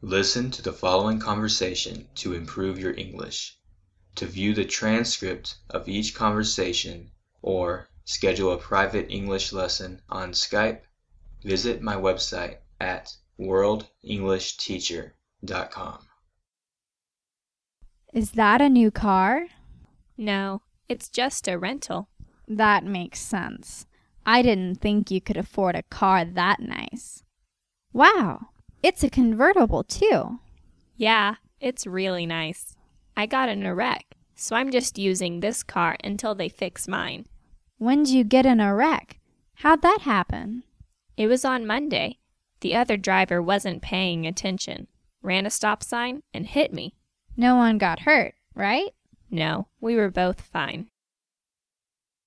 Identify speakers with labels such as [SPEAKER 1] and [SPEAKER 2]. [SPEAKER 1] Listen to the following conversation to improve your English. To view the transcript of each conversation or schedule a private English lesson on Skype, visit my website at worldenglishsteacher.com.
[SPEAKER 2] Is that a new car?
[SPEAKER 3] No, it's just a rental.
[SPEAKER 2] That makes sense. I didn't think you could afford a car that nice. Wow, it's a convertible too.
[SPEAKER 3] Yeah, it's really nice. I got in a wreck, so I'm just using this car until they fix mine.
[SPEAKER 2] When'd you get in a wreck? How'd that happen?
[SPEAKER 3] It was on Monday. The other driver wasn't paying attention, ran a stop sign, and hit me.
[SPEAKER 2] No one got hurt, right?
[SPEAKER 3] No, we were both fine.